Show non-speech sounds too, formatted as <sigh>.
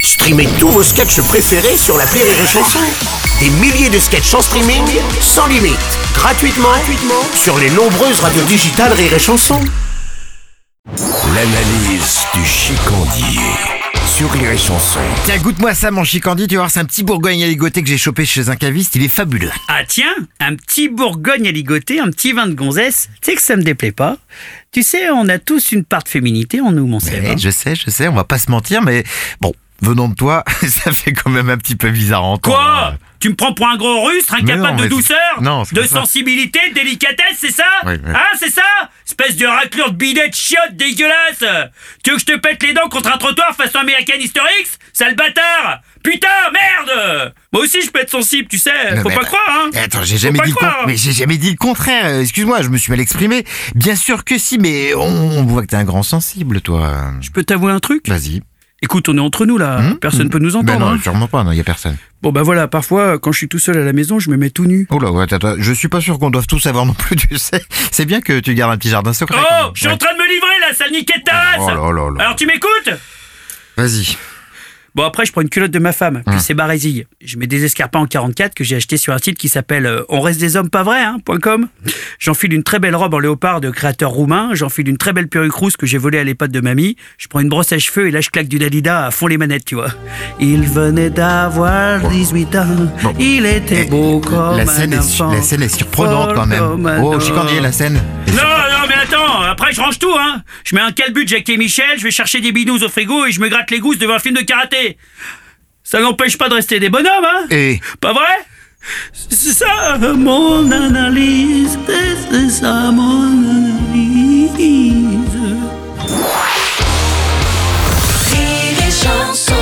Streamez tous vos sketchs préférés sur la Rire et Chanson. Des milliers de sketchs en streaming, sans limite, gratuitement, gratuitement sur les nombreuses radios digitales Rire et Chanson. L'analyse du chicandier sur Rire et Chanson. Tiens, goûte-moi ça, mon chicandier. Tu vas voir, c'est un petit bourgogne à ligoter que j'ai chopé chez un caviste. Il est fabuleux. Ah tiens, un petit Bourgogne à ligoter, un petit vin de gonzesse, tu sais que ça me déplaît pas. Tu sais, on a tous une part de féminité en nous, mon Seb. hein. Eh, je sais, je sais, on va pas se mentir, mais bon, venant de toi, <laughs> ça fait quand même un petit peu bizarre à entendre. Quoi Tu me prends pour un gros rustre, Mais non, incapable mais de douceur, c'est- non, c'est de pas ça. sensibilité, de délicatesse, c'est ça Oui, oui. Hein, c'est ça Espèce de raclure de bidet de chiottes dégueulasse Tu veux que je te pète les dents contre un trottoir façon American Historics Sale bâtard Putain, merde Moi aussi, je peux être sensible, tu sais, Non, faut mais- pas croire, hein Eh, Attends, j'ai Faut jamais, pas dit le con- croire. mais j'ai jamais dit le contraire. Euh, Excuse-moi, je me suis mal exprimé. Bien sûr que si, mais on, on voit que t'es un grand sensible, toi. Je peux t'avouer un truc Vas-y. Écoute, on est entre nous là, personne peut nous bah. Ben entendre. non, hein. sûrement pas, non, y a personne. Bon bah voilà, parfois quand je suis tout seul à la maison, je me mets tout nu. Oh là, ouais, attends, attends, je suis pas sûr qu'on doive tout savoir non plus, <laughs> tu sais. C'est bien que tu gardes un petit jardin secret. quand Oh, même. je suis Ouais. en train de me livrer là, sale niquet de ta race Oh là là là. Alors tu m'écoutes Vas-y. Bon après je prends une culotte de ma femme, Hum. puis c'est barésil. Je mets des escarpins en 44 que j'ai acheté sur un site qui s'appelle euh, On reste des hommes pas vrai hein, point .com. J'enfile une très belle robe en léopard de créateur roumain, j'enfile une très belle perruque rousse que j'ai volée à l'époque de mamie, je prends une brosse à cheveux et là je claque du Dalida à fond les manettes, tu vois. Il venait d'avoir 18 ans, Bon. il était beau Eh, comme la un scène, est, su- enfant, la scène est surprenante fort quand comme même. un Oh, chicandier, homme. la scène. Non, non, mais attends, après je range tout, hein. Je mets un calbut Jack et Michel, je vais chercher des binous au frigo et je me gratte les gousses devant un film de karaté. Ça n'empêche pas de rester des bonhommes, hein. Et Pas vrai C'est ça, euh, mon analyse, c'est ça mon analyse. Rire et chanson